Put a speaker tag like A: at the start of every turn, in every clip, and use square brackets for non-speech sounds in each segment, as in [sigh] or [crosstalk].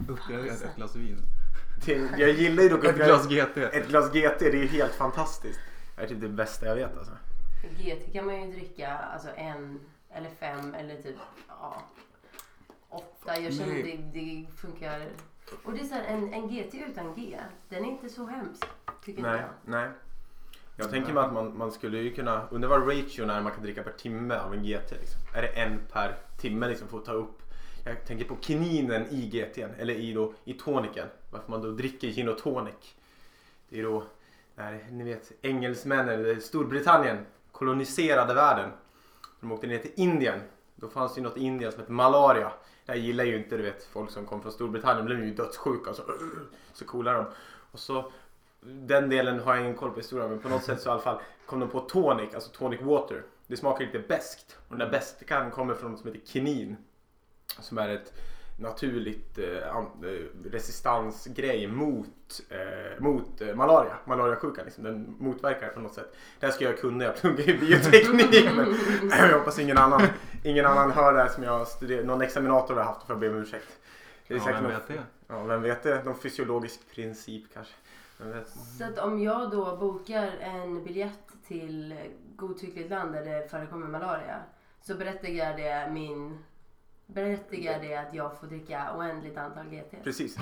A: ytterligare ett, ett glas vin.
B: Till, jag gillar ju dock
A: Ett glas GT.
B: Ett glas GT, det är helt fantastiskt. Det är typ det bästa jag vet alltså.
C: GT kan man ju dricka alltså en eller fem eller typ ja, åtta. Jag känner
A: Nej.
C: att det, det funkar. Och det är så här, en, en GT utan G, den är inte så hemsk. Tycker inte
B: Nej,
C: jag.
B: nej. Jag tänker mig att man, man skulle ju kunna, undra vad ratio när man kan dricka per timme av en GT liksom. Är det en per timme liksom för att ta upp? Jag tänker på kininen i GTn, eller i då, i toniken. Varför man då dricker gin och tonic. Det är då, när, ni vet engelsmännen, eller Storbritannien koloniserade världen. De åkte ner till Indien. Då fanns det ju något i Indien som hette malaria. Det här gillar ju inte du vet folk som kom från Storbritannien. De blev ju dödssjuka och så, så coola de. Och så den delen har jag ingen koll på historien men på något sätt så i alla fall kom de på tonic, alltså tonic water. Det smakar lite beskt och
A: Mm.
B: den där beskan kommer från något som heter kinin. Som är ett naturligt eh, an- eh, resistansgrej mot, eh, mot eh, malaria, malariasjukan. Liksom. Den motverkar det på något sätt. Det här ska jag kunna, jag pluggar ju bioteknik. men
A: [laughs]
B: [laughs] jag hoppas ingen annan, ingen annan hör det här som jag har studerat. Någon examinator har jag haft, för jag ber om ursäkt. Det är
A: Ja,
B: säkert
A: vem
B: någon-
A: vet det?
B: Ja, vem vet det? Någon fysiologisk princip kanske. Vem vet?
C: Så att om jag då bokar en biljett till godtyckligt land där det förekommer malaria så berättigar det min berättigar det att jag får dricka oändligt antal GT.
B: Precis.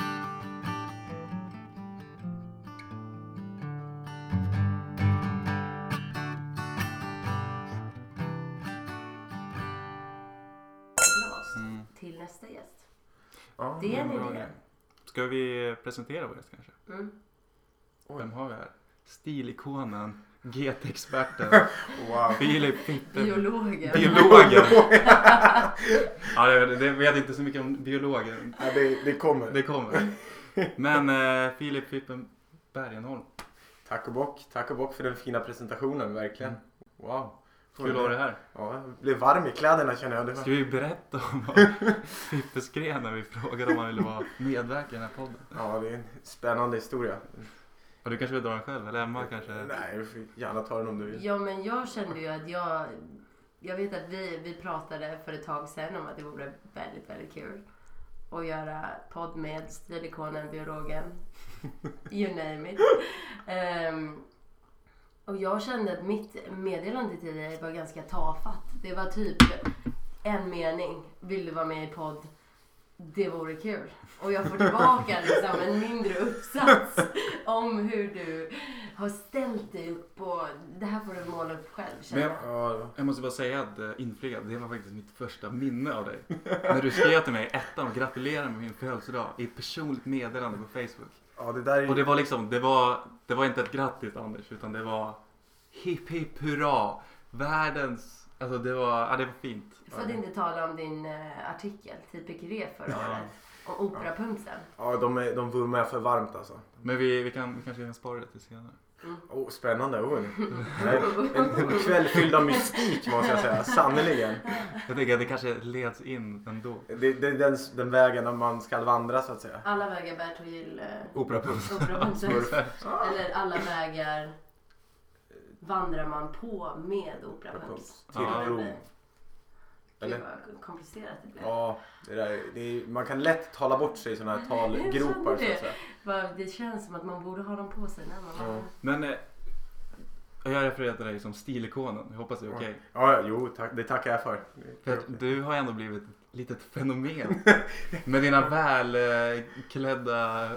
C: Glas till nästa gäst.
B: Mm. Ja,
C: Det är en
A: men bra
C: idé.
A: det. Ska vi presentera vår gäst kanske?
C: Mm.
A: Vem har vi här? Stilikonen, [laughs] GT-experten,
B: Wow.
A: Filip
C: [laughs]
A: Fippen,
C: Biologen.
A: [laughs] biologen. ja, jag vet- det vet inte så mycket om biologen.
B: Ja, det, det kommer.
A: Det kommer. Men eh, Filip Fippen Bergenholm,
B: Tack och bock. Tack och bock för den fina presentationen, verkligen. Wow.
A: kul att ha dig här.
B: Ja, jag blev varm i kläderna känner jag. Det
A: Ska
B: var...
A: vi berätta om vad Fippe skrev när vi frågade om han ville vara medverka i den här podden?
B: Ja, det är en spännande historia.
A: Och du kanske vill dra den själv, eller Emma kanske?
B: Nej, du får gärna ta den om du vill.
C: Ja men jag kände ju att jag Jag vet att vi, vi pratade för ett tag sedan om att det vore väldigt, väldigt kul att göra podd med stilikonen, biologen, you name it. Ehm, och jag kände att mitt meddelande till dig var ganska tafatt. Det var typ en mening. Vill du vara med i podd? Det vore kul. Och jag får tillbaka liksom en mindre uppsats om hur du har ställt dig upp och det här får du måla upp själv. känner
A: Men-
C: jag.
B: Ja,
A: Jag måste bara säga att eh, inflyga, det var faktiskt mitt första minne av dig. När du skrev till mig i ettan och gratulerade med min födelsedag i ett personligt meddelande på Facebook.
B: ja, det där är
A: Och det var liksom, det var, det var inte ett grattis Anders, utan det var hipp hipp hurra, världens, alltså det var, ja det var fint.
C: För att inte tala om din eh, artikel, Typikure förra året, om operapunkten.
B: Ja, de, är, de vurmar jag för varmt alltså.
A: Men vi, vi, kan, vi kanske kan spara det till senare.
B: Oh, spännande. Oh. [laughs] Nej, en, en kväll fylld av mystik måste jag säga. Sannerligen.
A: Jag tänker att det kanske leds in ändå.
B: Det, det är den, den vägen man ska vandra så att säga.
C: Alla vägar bär till eh,
A: Operapuls.
C: operapunkten.
B: Smurf.
C: Eller alla vägar vandrar man på med operapunkt.
B: Till
A: Ja.
B: Rom.
C: Gud
B: Eller?
C: vad komplicerat det blev.
B: Ja, det där, är- det är, man kan lätt tala bort sig i sådana här
C: Jag känner
B: talgropar. Så
C: det.
B: att säga.
C: Bara, Det känns som att man borde ha dem på sig när man
B: Ja.
C: var
A: Men eh, jag refererar till dig som stilikonen, jag hoppas det är okej.
B: Ja, ja, jo, tack, det tackar jag för.
A: För att du har ändå blivit ett litet
B: [laughs]
A: fenomen med dina välklädda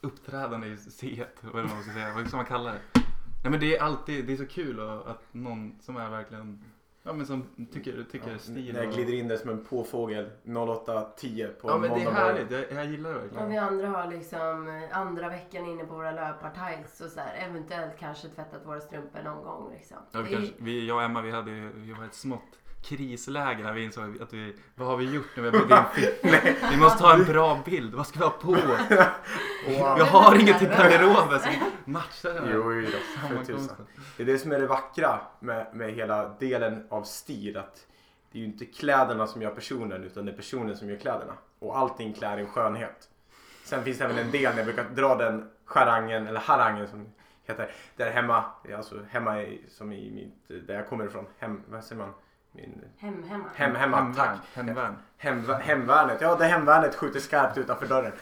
A: uppträdanden i C1, vad det är man ska säga, vad ska man kalla det? Nej men det är alltid, det är så kul att, att någon som är verkligen, ja men som tycker, tycker
B: Ja,
A: stil
B: När jag
A: och-
B: glider in där som en påfågel 08.10 på
A: Ja men det
B: måndag
A: är
B: morgon.
A: härligt, jag, jag gillar det
C: Och
A: verkligen.
C: vi andra har liksom eh, andra veckan inne på våra löpartights och så här, eventuellt kanske tvättat våra strumpor någon gång liksom.
A: Ja,
C: Det
A: vi
C: är-
A: kanske, vi, jag och Emma vi hade ju- vi var i ett smått krisläge när vi insåg att vi, vad har vi gjort nu med din
B: [laughs]
A: fit? Vi måste ha en bra bild, vad ska vi ha på oss?
B: Wow.
A: [laughs] Jag har inget i garderoben som matchar den här [laughs]
B: Jo, jo, då, för tusan.
A: sammankomsten.
B: Det är det som är det vackra med, med hela delen av stil. Att det är ju inte kläderna som gör personen utan det är personen som gör kläderna. Och allting klär en skönhet. Sen finns det även en del när jag brukar dra den charangen eller harangen som heter. Där hemma, alltså hemma i, som i mitt, där jag kommer ifrån, hem, vad säger man? min
C: Hem, hemma.
B: hem, hemma, tack.
A: Hemvärn.
B: Hemva- hemvärnet. Ja, det hemvärnet skjuter skarpt utanför dörren.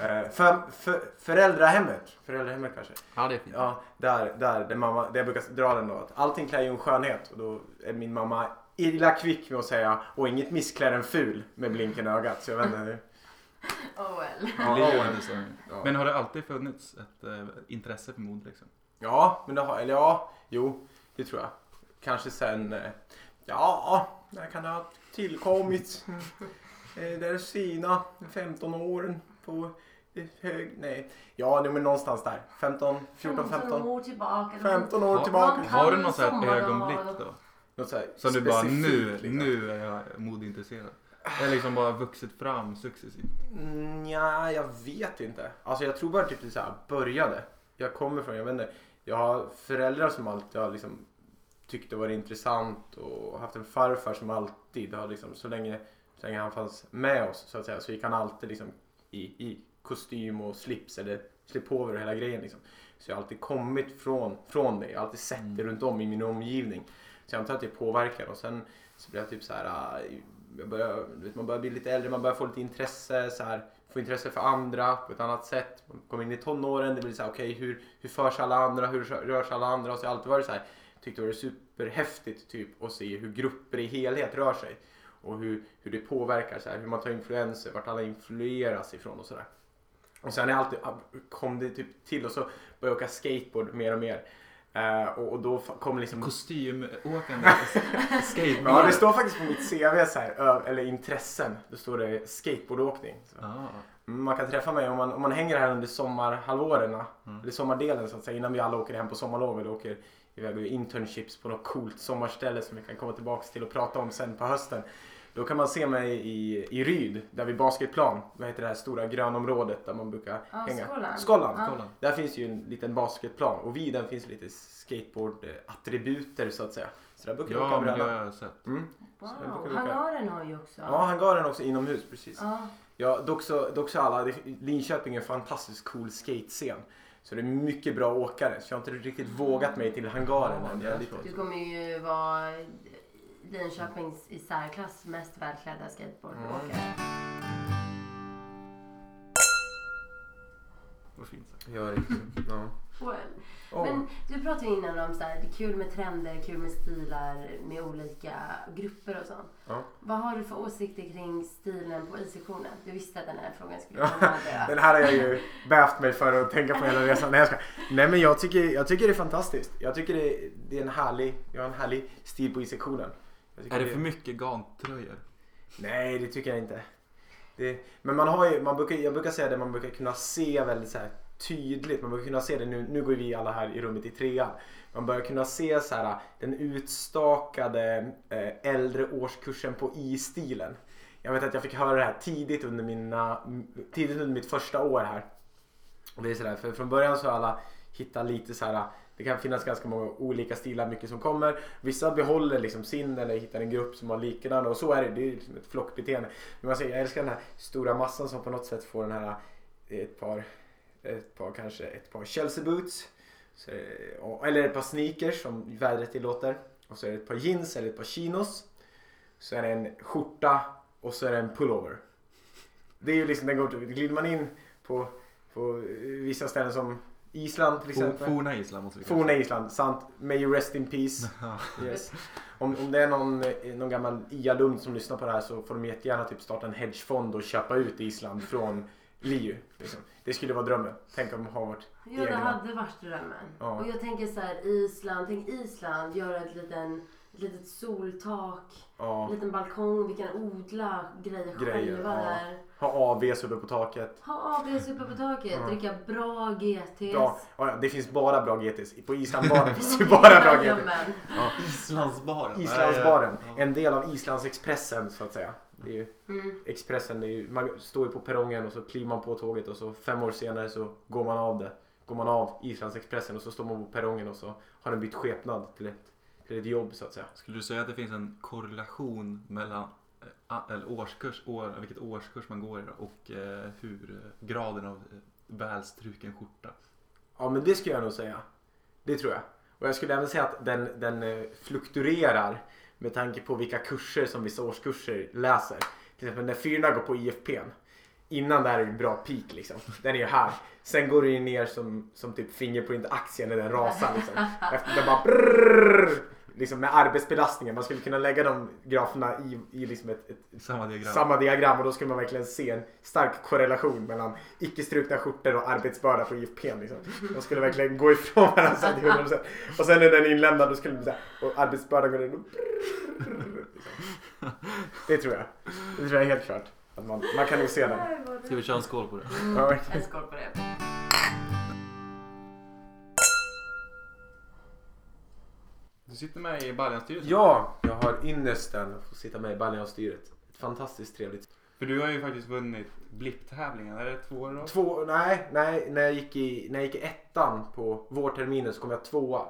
B: Eh, för, för, föräldrahemmet. Föräldrahemmet kanske.
A: Ja, det är fint.
B: Ja, där, där, där, mamma, där jag brukar dra den då. Att allting klär ju en skönhet. Och då är min mamma illa kvick med att säga och inget missklär en ful med blinken i ögat. Så jag vet inte.
C: Oh well.
A: Ja,
B: det är ju-
A: ja, det är så.
B: Ja.
A: Men har det alltid funnits ett eh, intresse för mod liksom?
B: Ja, men det har, eller ja, jo, det tror jag. Kanske sen, eh, ja, när kan det ha
A: [laughs]
B: tillkommit? Eh, Där Sina, 15 åren på eh, hög, nej, ja, nej, men någonstans där. 15, 14,
C: 15
B: 15.
C: år tillbaka.
B: 15 år
A: Ja.
B: tillbaka.
A: Har du något sånt här
C: Sommardag.
A: ögonblick då?
B: Något så här
A: Som du bara
B: specifikt,
A: nu,
B: liksom.
A: nu är jag modintresserad. Det är liksom bara vuxit fram successivt.
B: Nja, jag vet inte. Alltså jag tror bara typ det så här började. Jag kommer från, jag vet inte. Jag har föräldrar som alltid har liksom tyckt det var intressant och haft en farfar som alltid har liksom så länge, så länge han fanns med oss så att säga så gick han alltid liksom i, i kostym och slips eller slipover och hela grejen liksom. Så jag har alltid kommit från, från det. Jag har alltid sett det runt om i min omgivning. Så jag antar att det påverkar och sen så blir jag typ så här, ah, jag börjar, du vet, man börjar bli lite äldre, man börjar få lite intresse, så här, få intresse för andra på ett annat sätt. Man kommer in i tonåren, det blir så här, okej hur, hur förs alla andra, hur rör- rör sig alla andra? Och så har jag alltid varit så här, tyckte det var superhäftigt typ att se hur grupper i helhet rör sig. Och hur, hur det påverkar, så här, hur man tar influenser, vart alla influeras ifrån och sådär. Och sen är jag alltid, ah, kom det typ till och så började jag åka skateboard mer och mer. Eh, och, och då fa- kom liksom...
A: Kostymåkande s- skateboard.
B: Ja, det står faktiskt på mitt CV så här, ö- eller intressen, då står det skateboardåkning. Så.
A: Ja.
B: Man kan träffa mig om man, om man hänger här under sommarhalvåren,
A: Mm.
B: eller sommardelen så att säga, innan vi alla åker hem på sommarlov eller åker iväg och gör internships på något coolt sommarställe som vi kan komma tillbaks till och prata om sen på hösten. Då kan man se mig i, i Ryd, där vid basketplan, vad heter det här stora grönområdet där man brukar
C: Ja,
B: hänga?
C: Skålan.
B: Skållan.
C: Ja.
A: Kolla.
B: Där finns ju en liten basketplan och vid den finns lite skateboardattributer så att säga. Så där brukar jag åka
A: Ja, men det
B: bräda.
A: har jag sett.
B: Mm. det brukar
C: Wow.
B: vi åka.
C: Hangaren har ju också.
B: Ja, han gav den också inomhus precis.
C: Ja.
B: Ja, dock så, dock så alla, det- Linköping är en fantastiskt cool skatescen. Så det är mycket bra åkare. Så jag har inte riktigt vågat mig till hangaren än. Jag är lite...
C: Du kommer ju vara Linköpings i särklass mest välklädda skateboardåkare.
B: Mm.
A: Vad fint sagt.
B: Ja, riktigt. Ja.
C: Well.
B: Åh.
C: Men du pratade ju innan om så här, det är kul med trender, kul med stilar, med olika grupper och sånt.
B: Ja.
C: Vad har du för åsikter kring stilen på isektionen? Du visste att den här frågan skulle
B: [laughs]
C: komma.
B: [laughs] Den här har jag ju bävt mig för att tänka på hela resan. Nej, jag ska. Nej men jag tycker, jag tycker det är fantastiskt. Jag tycker det, det är en härlig, jag har en härlig stil på I-sektionen. Jag tycker
A: Är det för mycket gantröjor?
B: Nej, det tycker jag inte. Det, men man har ju, man brukar, jag brukar säga det, man brukar kunna se väldigt så här tydligt. Man brukar kunna se det, nu, nu går vi alla här i rummet i trean. Man börjar kunna se så här, den utstakade eh, äldre årskursen på i-stilen. Jag vet att jag fick höra det här tidigt under, mina, tidigt under mitt första år här. Och det är sådär, för från början så har alla hittat lite så här. Det kan finnas ganska många olika stilar, mycket som kommer. Vissa behåller liksom sin eller hittar en grupp som har liknande och så är det. Det är liksom ett flockbeteende. Men man säger, jag älskar den här stora massan som på något sätt får den här eh, ett par, ett par kanske ett par Chelsea boots. Så, är det- och- eller ett par sneakers som vädret tillåter. Och så är det ett par jeans eller ett par chinos. Så är det en skjorta och så är det en pullover. Det är ju liksom den går Glider man in på, på eh, vissa ställen som Island till
A: For-
B: exempel.
A: Forna Island måste vi kanske
B: Forna
A: säga.
B: Island, sant. May you rest in peace. Yes. Om, om det är någon, eh, någon gammal IA-lund som lyssnar på det här så får de jättegärna typ starta en hedgefond och köpa ut Island från LiU. Liksom. Det skulle vara drömmen. Tänk om de har varit
C: [laughs] Ja, det
B: egna.
C: hade varit drömmen.
B: Ja.
C: Och jag tänker så här, Island, tänk Island, göra ett, liten, ett litet soltak,
B: Ja.
C: en liten balkong, vi kan odla grejer,
B: Grejer,
C: själva
B: ja.
C: där.
B: Ha AVs uppe på taket.
C: Ha ABs uppe på taket, dricka bra GTs.
B: Bra. Ja, ja, det finns bara bra GTs. På Islandbaren finns ju bara [laughs] bra GTs.
C: Jajamän.
A: Islandsbaren.
B: Islandsbaren.
A: Nej, ja.
B: En del av Islandsexpressen så att säga. Det är ju,
C: Mm.
B: Expressen, det är ju, man står ju på perrongen och så kliver man på tåget och så fem år senare så går man av det. Går man av Islandsexpressen och så står man på perrongen och så har den bytt skepnad till ett, till ett jobb så att säga.
A: Skulle du säga att det finns en korrelation mellan eh, a- eller årskurs, år, vilket årskurs man går i då, och eh, hur eh, graden av eh, välstruken skjorta?
B: Ja men det skulle jag nog säga. Det tror jag. Och jag skulle även säga att den, den eh, fluktuerar med tanke på vilka kurser som vissa årskurser läser. Till exempel när fyrorna går på IFPn. Innan där är ju bra peak liksom. Den är ju här. Sen går det ju ner som, som typ Fingerprint-aktien när den rasar liksom. Efter den bara brrrr, Liksom med arbetsbelastningen. Man skulle kunna lägga de graferna i, i liksom ett, ett
A: Samma diagram.
B: samma diagram och då skulle man verkligen se en stark korrelation mellan icke-strukna skjortor och arbetsbörda på IFP. Liksom. De skulle verkligen gå ifrån varandra så till 100%. Och sen när den är inlämnad då skulle det bli så här, och arbetsbördan går ner. och brrrr, liksom. Det tror jag. Det tror jag helt klart. Att man, man kan nog se den.
A: Ska vi köra en skål på det?
B: Ja,
C: Mm,
B: verkligen.
C: en skål på det.
A: Du sitter med i Baljan-styrelsen.
B: Ja, jag har ynnesten att få sitta med i Baljanstyret. Ett fantastiskt trevligt.
A: För du har ju faktiskt vunnit Blipp-tävlingen. Är det två år då?
B: Två, nej, nej när, jag gick i, när jag gick i ettan på vårterminen så kom jag tvåa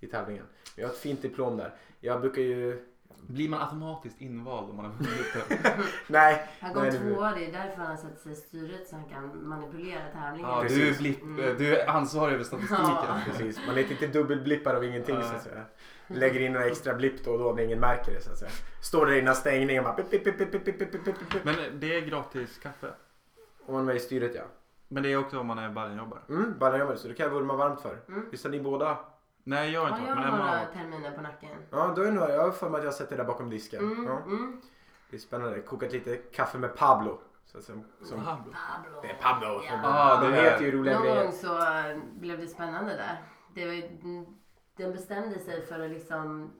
B: i tävlingen. Jag har ett fint diplom där. Jag brukar ju
A: Blir man automatiskt invald om man har vunnit [laughs] den?
B: Nej.
C: Han kom
B: nej, det-
C: tvåa, det är därför han sätter sig i styret så han kan manipulera tävlingen.
A: Ja, du, är
B: Precis.
A: blipp, eh,
C: Mm.
A: du är ansvarig över statistiken.
C: Ja.
B: Precis, man är lite dubbelblippar av ingenting så att
A: Nej.
B: säga. Lägger in några extra blipp då och då när ingen märker det så att säga. Står där innan stängningen och bara pip, pip, pip, pip, pip, pip, pip, pip, pip, pip.
A: Men det är gratis kaffe.
B: Om man är med i styret ja.
A: Men det är också om man är Baljan-jobbare.
B: Mm, Baljanjobbare, så det kan jag vurma varmt för.
C: Mm.
B: Visst har ni båda?
A: Nej, jag har
C: Ja,
A: inte
C: jag
A: varit, men
C: har
A: Emma har
C: några
A: varit.
C: terminer på nacken.
B: Ja, då är det nog, jag har för mig att jag har sett det där bakom disken.
C: Mm,
B: Ja,
C: mm.
B: det är spännande. Kokat lite kaffe med Pablo. Så att säga, som,
A: Pablo.
C: Pablo.
B: det är Pablo.
C: Ja.
A: Ah,
B: De
A: det är-
B: heter ju roliga
C: Någon
B: grejer.
C: gång så eh, blev det spännande där. Det var ju, den bestämde sig för att liksom,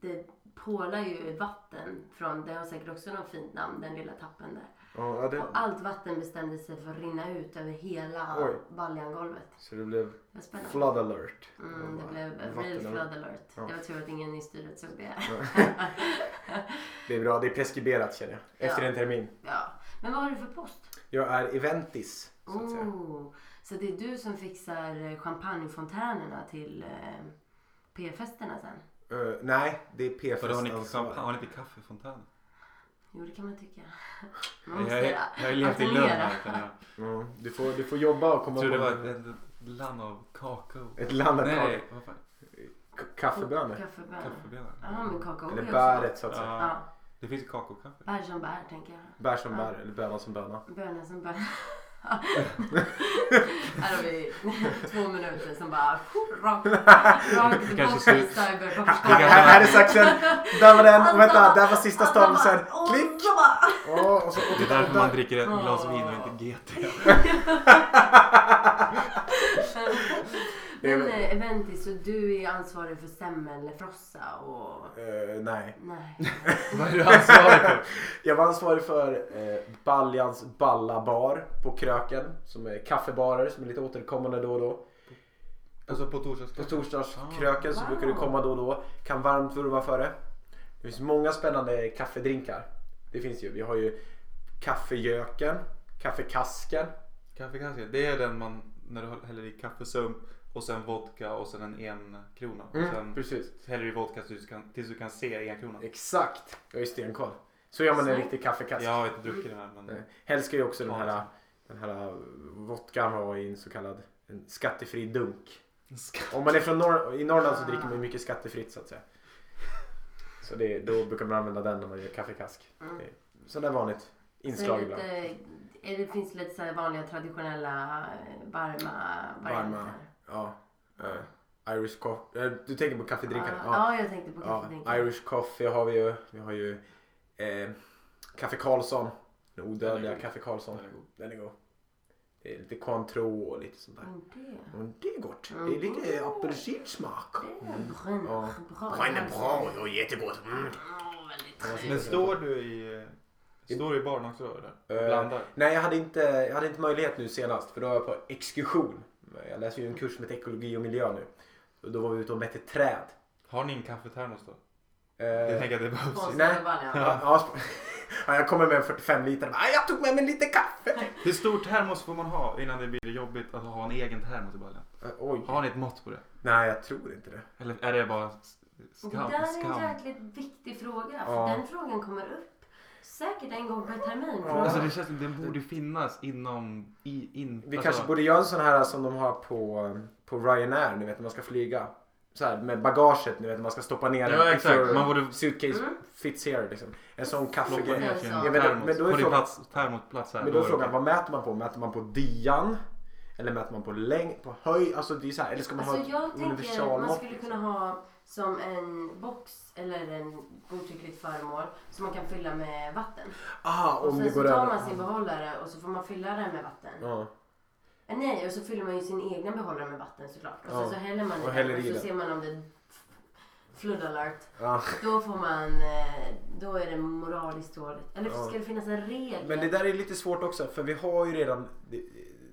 C: det pålar ju vatten från, det har säkert också något fint namn, den lilla tappen där.
B: Ja, ja, det,
C: Och allt vatten bestämde sig för att rinna ut över hela
B: Oj.
C: Baljan-golvet.
B: så det blev
C: Det var spännande.
B: flood alert.
C: Mm, det blev a real
B: Vatten-
C: flood alert.
B: Ja.
C: Det var tur att ingen i styret såg det.
B: Det är bra, det är preskriberat känner jag. Efter
C: Ja.
B: en termin.
C: [laughs] Ja. Men vad har du för post?
B: Jag är eventis. Så att säga.
C: Oh, så det är du som fixar eh, champagnefontänerna till eh, P-festerna sen?
B: Eh, nej, det är alltså.
A: För då har ni,
B: p-festansvar.
A: har ni inte kaffefontän?
C: Jo, det kan man
B: [laughs]
C: tycka. Man
A: Jag,
C: måste
A: jag, jag har ju levt i
C: alternera.
A: Lund. här, kan jag.
B: Mm, du, får, du får jobba och komma
A: Jag tror det
B: på
A: var ett, ett, ett land av kakao.
B: ett land av
A: Nej,
B: Nej.
A: vad fan?
B: kaffebönor.
C: Kaffebönor.
A: Kaffebönor.
C: Ja, men kakao är
B: Eller
C: också-
B: bäret så att säga.
A: Ja,
C: Ja,
A: det finns ju kakaokaffe.
C: bär som bär, tänker jag.
B: Bär som
C: Ja.
B: bär, eller böna som böna.
C: Bönor som
B: [laughs]
C: bär. Här har vi två minuter som bara
B: [laughs]
C: rakt, rakt
A: Kanske
C: bort
A: ser-
C: i
B: Här,
A: gamla-
C: cyberpopcorn.
B: här är saxen, där var den, och vänta, där var sista stavelsen. Klick! [laughs] Åh, och så, och
A: Det är
B: titta,
A: därför man
B: där.
A: dricker ett glas vin och inte GT.
B: Det är väl-
C: Men eh, Eventis, så du är ansvarig för semmelfrossa och...
B: Eh, nej. [laughs]
C: Nej.
A: [laughs] Vad är du ansvarig för?
B: Jag var ansvarig för eh, Baljans Balla Bar på Kröken. Som är kaffebarer som är lite återkommande då och då.
A: Alltså på
B: På
A: torsdagskväll?
B: torsdagskröken så
C: Ah, Wow.
B: brukar du komma då och då. Kan varmt vurma för det. Det finns många spännande kaffedrinkar. Det finns ju. Vi har ju kaffejöken, kaffekasken.
A: Kaffekasse, det är den man när du häller i kaffesump och sen vodka och sen en enkrona. Och
C: Mm.
A: sen
B: Precis.
A: häller du i vodka tills du kan, tills du kan se enkronan.
B: Exakt. Jag har ju stenkoll. Så gör man en
C: Så.
B: riktig kaffekask.
A: Jag har inte druckit den här men
B: Nej. Helst ska ju också den här,
A: Ja.
B: den här eh, vodkan vara i en så kallad en skattefri dunk.
A: Ska-
B: Om man är från norr, i Norrland så dricker man ju mycket skattefritt så att säga. Så det, då brukar man använda den när man gör kaffekask.
C: Mm.
B: Sådär vanligt inslag
C: Så
B: ibland.
C: är det, lite, är det finns lite så här vanliga traditionella eh, varma varianter.
B: Varma. Ja. eh, Irish coffee. du tänker på kaffedrinkarna?
C: Ja,
B: Ja.
C: ja, jag tänkte på
B: ja.
C: kaffedrinkar.
B: Irish coffee har vi ju. Vi har ju eh, Kaffe Karlsson. Den odödliga
A: Den är god.
B: Kaffe Karlsson.
A: Den är god.
B: Den är god. Det är lite Cointreau och lite sånt där.
C: Mm, det.
B: Och det är gott. Det är lite apelsinsmak.
C: Det är brun,
B: Mm. Ja.
C: bra.
B: Den är bra. Det är jättegott. Mm.
C: Mm, väldigt trevligt.
A: Men står du i... Står du i baren också då eller? Och
B: Eh,
A: blandar?
B: Nej, jag hade, inte, jag hade inte möjlighet nu senast för då var jag på exkursion. Jag läser ju en kurs med ekologi och miljö nu. Och då var vi ute och mätte träd.
A: Har ni en kaffetermos då? [laughs]
B: Eh,
A: Jag tänker att det behövs.
C: Konstigt,
B: Nej.
C: det var det.
B: Ja. Ja, sp- [laughs] ja, jag kommer med en 45 liter. Bara, jag tog med mig lite kaffe.
A: Hur stor termos får man ha innan det blir jobbigt att ha en egen termos i baljan?
B: Eh, Oj.
A: Har ni ett mått på det?
B: Nej, jag tror inte det.
A: Eller är det bara s- skam?
C: Och Det där är en
A: skam?
C: jäkligt viktig fråga. För
B: Ja.
C: den frågan kommer upp säkert en gång per termin.
B: Ja.
A: Alltså det känns som det borde finnas inom... I, in,
B: Vi
A: alltså,
B: kanske borde göra en sån här som de har på, på Ryanair, ni vet när man ska flyga. så här, med bagaget nu, vet, man ska stoppa ner
A: Ja, exakt.
B: if your
A: Man borde-
B: suitcase
C: Mm.
B: fits here. Liksom. En sån
A: Ploppa
B: kaffegrej.
A: ner
C: Ja,
A: till
C: så.
A: en
B: Jag vet inte, men då
A: termos.
B: är
A: På din
B: frågan-
A: plats, termosplats här.
B: Men då är
A: det
B: frågan,
A: okej.
B: vad mäter man på? Mäter man på dian? Eller mäter man på längd? På höjd? Alltså det är så här, eller ska man
C: Alltså
B: ha
C: jag
B: ett liksom.
C: tänker att man
B: universalmått?
C: skulle kunna ha som en box eller en godtyckligt föremål som man kan fylla med vatten.
B: Ah,
C: Och
B: om det
C: sen så
B: går
C: tar
B: över.
C: man sin behållare och så får man fylla den med vatten.
B: Ja.
C: Eh, Nej, och så fyller man ju sin egna behållare med vatten såklart. Och sen
B: Ja.
C: så häller man
B: Och
C: i
B: häller
C: den och
B: i
C: så
B: den.
C: ser man om det flood alert.
B: Ja.
C: Då får man, eh, då är det moraliskt dåligt. Eller
B: Ja.
C: ska det finnas en regel?
B: Men det där är lite svårt också för vi har ju redan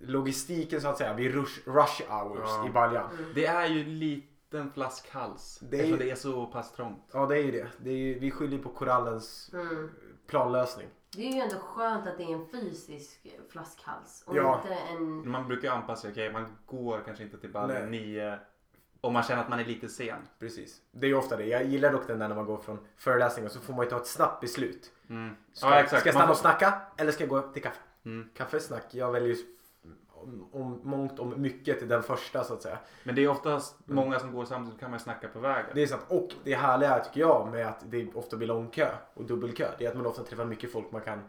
B: logistiken så att säga vid rush, rush hours
A: Ja.
B: i baljan.
A: Det är ju en liten flaskhals.
B: Det är
A: Eftersom
B: ju-
A: det är så pass trångt.
B: Ja det är ju det. det är ju, vi skyller på korallens
C: Mm.
B: planlösning.
C: Det är ju ändå skönt att det är en fysisk flaskhals och
B: Ja.
C: inte en...
A: Man brukar ju anpassa sig. Okej, man går kanske inte till
B: Nej.
A: ballen nio. Om man känner att man är lite sen.
B: Precis. Det är ju ofta det. Jag gillar dock den där när man går från föreläsning och så får man ju ta ett snabbt beslut.
A: Mm.
B: Ska,
A: Ja, exakt.
B: ska jag stanna
A: Man-
B: och snacka eller ska jag gå till kaffe?
A: Mm.
B: Kaffesnack, jag väljer ju om, om, mångt om mycket till den första så att säga.
A: Men det är oftast många som går samtidigt. så kan man ju snacka på vägen.
B: Mm. Det [laughs] är så att, och det härliga tycker jag med att det ofta blir lång kö och dubbelkö. Det är att man ofta träffar mycket folk man kan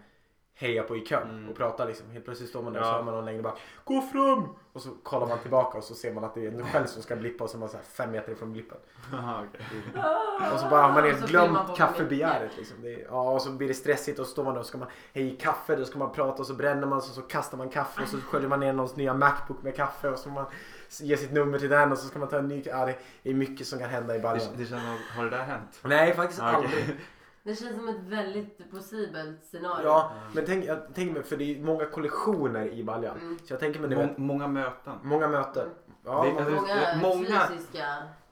B: heja på i kön och prata liksom. Helt plötsligt står man där och så
A: Mm. Ja.
B: hör man någon längre bak. Gå fram! Och så kollar man tillbaka och så ser man att det är
A: [laughs]
B: en själv som ska blippa och så är man så här fem meter ifrån blippen.
A: Aha, okej.
B: Och så bara har man
C: Och
B: helt
C: så filmar
B: glömt
C: bakom
B: kaffebegäret. Liksom. Det är, ja, och så blir det stressigt och så står man där och ska man hej kaffe, då ska man prata och så bränner man sig och så kastar man kaffe och så sköljer man ner någons nya Macbook med kaffe och så får man ge sitt nummer till den och så ska man ta en ny. Ja, det är mycket som kan hända i baljan.
A: Det, det känns som, har det där hänt?
B: Nej, faktiskt
A: Ja, okej.
B: aldrig.
C: Det känns som ett väldigt possibelt scenario.
B: Ja, men tänk, jag, tänk mig, för det är många kollektioner i baljan. Så jag tänker mig, du
A: Mång,
B: vet,
A: många möten.
B: många möten. Ja,
A: Det-
B: många,
A: alltså-
C: Många,
A: Många-
C: fysiska...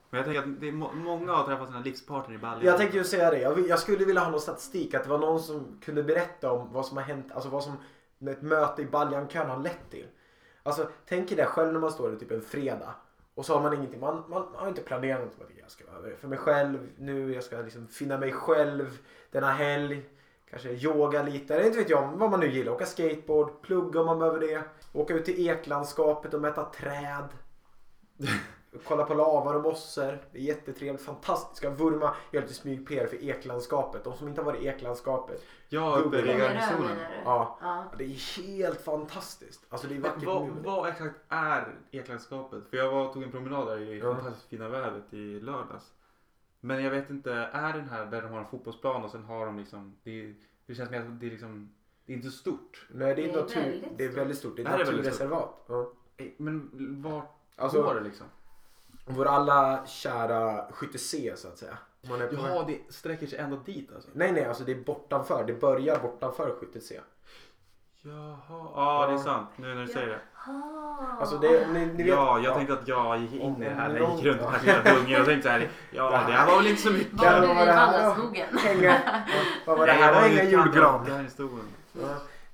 A: Men jag tänker att det är må, många har träffat sina livspartner i baljan.
B: jag tänkte ju säga det, jag, vill- jag skulle vilja ha någon statistik, att det var någon som kunde berätta om vad som har hänt, alltså vad som ett möte i baljankön har lett till. Alltså, tänk er det själv när man står där typ en fredag. Och så har man ingenting, man, man har inte planerat något. Man tänker, Jag ska vara för mig själv nu, jag ska liksom finna mig själv denna helg. Kanske yoga lite, eller inte vet jag vad man nu gillar. Åka skateboard, plugga om man behöver det. Åka ut till eklandskapet och mäta träd. Kolla på lavar och mossor. Det är jättetrevligt, fantastiskt. Jag vurma, gör lite smyg PR för eklandskapet. De som inte har varit i eklandskapet.
A: Jag uppe
B: Det
A: vid
B: är
A: garnisonen.
B: Ja.
C: Ja.
B: Det är helt fantastiskt. Alltså det är
A: Men
B: vackert
A: Vad,
B: nu.
A: vad exakt är eklandskapet? För jag var, tog en promenad där i
B: Ja.
A: fantastiskt fina vädret i lördags. Men jag vet inte, är den här där de har en fotbollsplan och sen har de liksom, det, det känns mer som att det är liksom, det är inte stort.
B: Nej, det är,
C: Det är
B: natur.
C: väldigt
B: det är
C: stort.
B: väldigt stort. Det är
A: Det här är
B: ett
A: väldigt stort.
B: naturreservat. Ja.
A: Eh, Men vart
B: Alltså-
A: går det liksom?
B: Vår alla kära skytte-C så att säga. Man är på
A: Jaha, det sträcker sig ända dit alltså?
B: Nej, nej, alltså det är bortanför. Det börjar bortanför skytte-C.
A: Jaha, ja det är sant nu när du
C: Ja.
A: säger det.
C: Ah.
B: Alltså det, ni, ni vet.
A: Ja, jag tänkte att jag gick in i det här. Jag gick runt och
B: Ja.
A: passerade bungen och tänkte så
B: [laughs]
A: här. Ja, det här var väl inte så mycket.
C: Var
B: Där
C: du i
B: var det här.
C: Vallaskogen? [laughs]
B: Hänga, ja, vad var [laughs] det
A: Nej, jag
B: här? Det var
A: ju
B: ingen
A: utan
B: julgran.
A: allt Det här är stor.
B: Ja.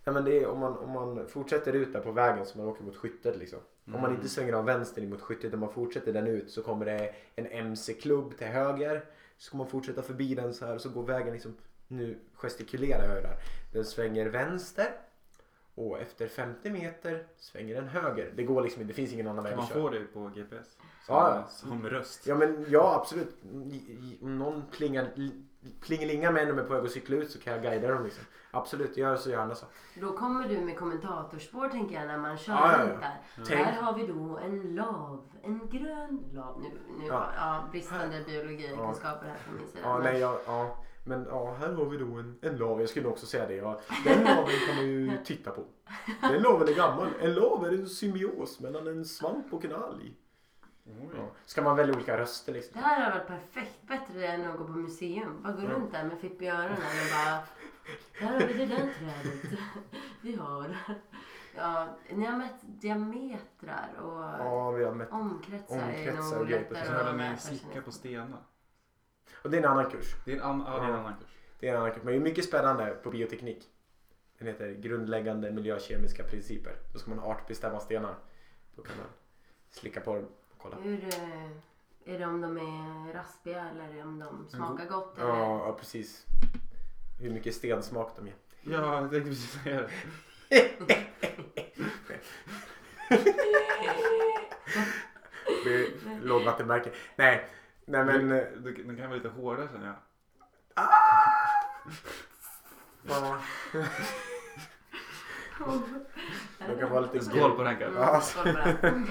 B: Nej, men det är, om, man, om man fortsätter ut där på vägen så man åker mot skyttet liksom. Om
A: Mm.
B: man inte svänger av vänster in mot skyttet utan man fortsätter den ut så kommer det en MC-klubb till höger. Så kommer man fortsätta förbi den så här så går vägen liksom, nu gestikulerar jag ju där. Den svänger vänster och efter 50 meter svänger den höger. Det går liksom inte, det finns ingen annan väg
A: Kan man
B: att köra.
A: få det på GPS? Som,
B: Ja, ja.
A: som röst?
B: Ja men ja absolut. I- i- Om någon plingar, plingelingar med en och är på väg att cykla ut så kan jag guida dem liksom. Absolut, gör så gärna så.
C: Då kommer du med kommentatorspår tänker jag när man kör
B: Ja, ja, ja.
C: runt där.
B: Tänk-
C: Här har vi då en lav, en grön lav. Nu, nu
B: Ja.
C: ja. bristande biologikunskaper här från min sida.
B: Ja,
C: Men-
B: nej, ja, ja. Men ja, här har vi då en, en lav. Jag skulle också säga det. Ja, den laven kan man ju titta på. Den laven är gammal. En lav är en symbios mellan en svamp och en alg. Ja. Ska man välja olika röster liksom?
C: Det här hade varit perfekt. Bättre än att gå på museum. Bara gå runt där med Fipp i öronen och bara... Där har vi det där trädet. Vi har... Ja, ni har mätt diametrar och
B: Ja, vi har mätt.
C: omkretsar.
B: Omkretsar
C: Omkretsar
B: och
C: är nog
B: grejer på
A: Sen
C: lättare
A: hörde
C: att
A: ni
C: mäta. känner
A: slicka
C: jag.
A: på stenar.
B: Och det är en annan kurs.
A: Det är en, an- ja, det är en annan kurs.
B: Det är en annan kurs. Men det är mycket spännande på bioteknik. Den heter Grundläggande miljökemiska principer. Då ska man artbestämma stenar. Då kan man slicka på dem och kolla.
C: Hur... eh, Är det om de är raspiga eller om de smakar gott? Eller?
B: Mm. Ja, ja, precis. Hur mycket stensmak de ger.
A: Ja, jag tänkte precis säga det.
B: Det är lågvattenmärke. Nej, Nej men... eh, ah!
A: Du, du, den kan vara lite hårdare känner jag.
B: ja. [laughs] De kan vara lite
A: Skål på den Kalle.
B: Ja.
C: Mm, skål på
B: [laughs]
C: den.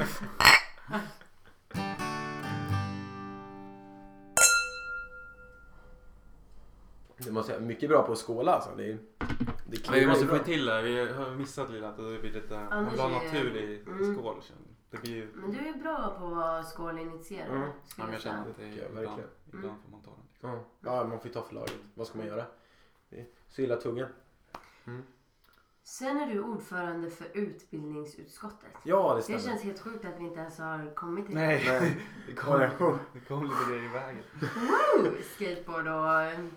B: Du måste säga, mycket bra på att skåla alltså. Det, är- det
A: Men vi
B: klirrar
A: måste
B: ju
A: få
B: bra.
A: till det. Vi har missat lite att det blir lite... Man
C: Annars
A: vill ha
C: är-
A: natur i, i
C: Mm.
A: skål. känner jag. Det blir ju...
C: Men du är bra på att vara skålinitierad.
B: Mm.
A: Ja,
C: skulle
A: men
C: jag
A: jag känner
C: säga.
A: att det är
B: Ja,
A: ibland,
B: verkligen.
A: ibland får man ta den.
B: Ja, Ja, man får ju ta för laget. Vad ska man göra? Det är Så illa tungan.
C: Sen är du ordförande för utbildningsutskottet.
B: Ja, det
C: Det
B: stämmer.
C: känns helt sjukt att vi inte ens har kommit till
B: Nej.
A: det
B: kom-
A: det kom lite grejer i vägen.
C: Woo! Skateboard och... mm,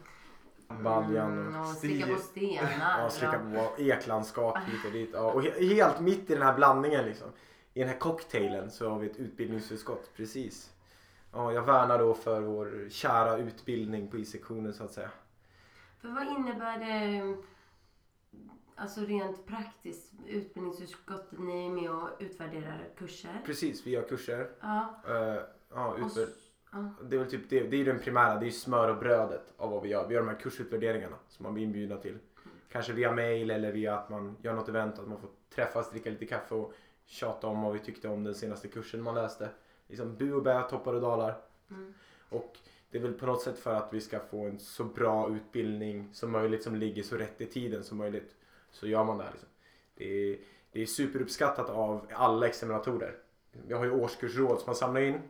B: Baljan och...
C: och
A: stig.
C: sticka på stenar.
B: Ja, slicka på eklandskap
C: Ah.
B: hit och dit. Ja, och he- helt mitt i den här blandningen liksom. I den här cocktailen så har vi ett utbildningsutskott. Precis. Ja, jag värnar då för vår kära utbildning på I-sektionen så att säga.
C: För vad innebär det alltså rent praktiskt? Utbildningsutskottet, ni är med och utvärderar kurser.
B: Precis, vi gör kurser.
C: Ja.
B: eh, ja,
C: Och,
B: utför-
C: s- ja.
B: Det är väl typ det, det är ju den primära, det är ju smör och brödet av vad vi gör. Vi gör de här kursutvärderingarna som man blir inbjudna till. Kanske via mail eller via att man gör något event, att man får träffas, dricka lite kaffe och tjata om vad vi tyckte om den senaste kursen man läste. Liksom bu och bä, toppar och dalar.
C: Mm.
B: Och det är väl på något sätt för att vi ska få en så bra utbildning som möjligt som ligger så rätt i tiden som möjligt. Så gör man det här liksom. Det är, det är superuppskattat av alla examinatorer. Vi har ju årskursråd som man samlar in.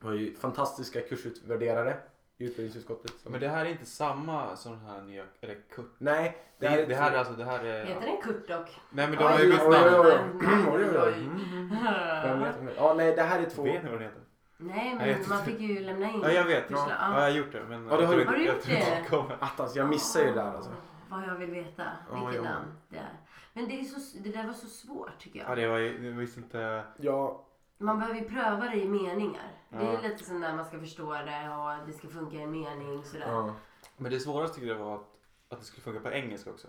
B: Vi har ju fantastiska kursutvärderare i utbildningsutskottet. Som...
A: Men det här är inte samma som den här nya... Eller kupp.
B: Nej,
A: Det här, det här är alltså... Det här är...
C: Heter den Kurtok?
A: Nej men de
C: Oj,
A: har ju bytt
C: oj,
A: namn.
C: oj.
B: Vem vet, vem vet. Ja, nej, det här är två.
A: Vet ni vad den heter?
C: Nej,
A: Jag vet
C: men
A: inte.
C: man fick ju lämna in.
A: Ja jag vet. Ja,
C: Pyssla,
A: ja jag har gjort det. Men
B: Ja, det har
A: jag tror
B: du-
C: Har du
A: inte-
C: gjort
A: jag tror
C: det?
A: inte kommer.
B: Attans, jag missar ju det här alltså.
C: Vad jag vill veta.
B: Ja,
C: Vilket
B: ja.
C: namn det är. Men det, är så, det där var så svårt tycker
A: Ja
C: jag.
A: det var ju... Jag visste inte...
B: Ja,
C: Man behöver ju pröva det i meningar. Det är
A: Ja.
C: ju lite sån där man ska förstå det och det ska funka i en mening sådär.
B: ja.
A: Men det svåraste tyckte jag var att, att det skulle funka på engelska också.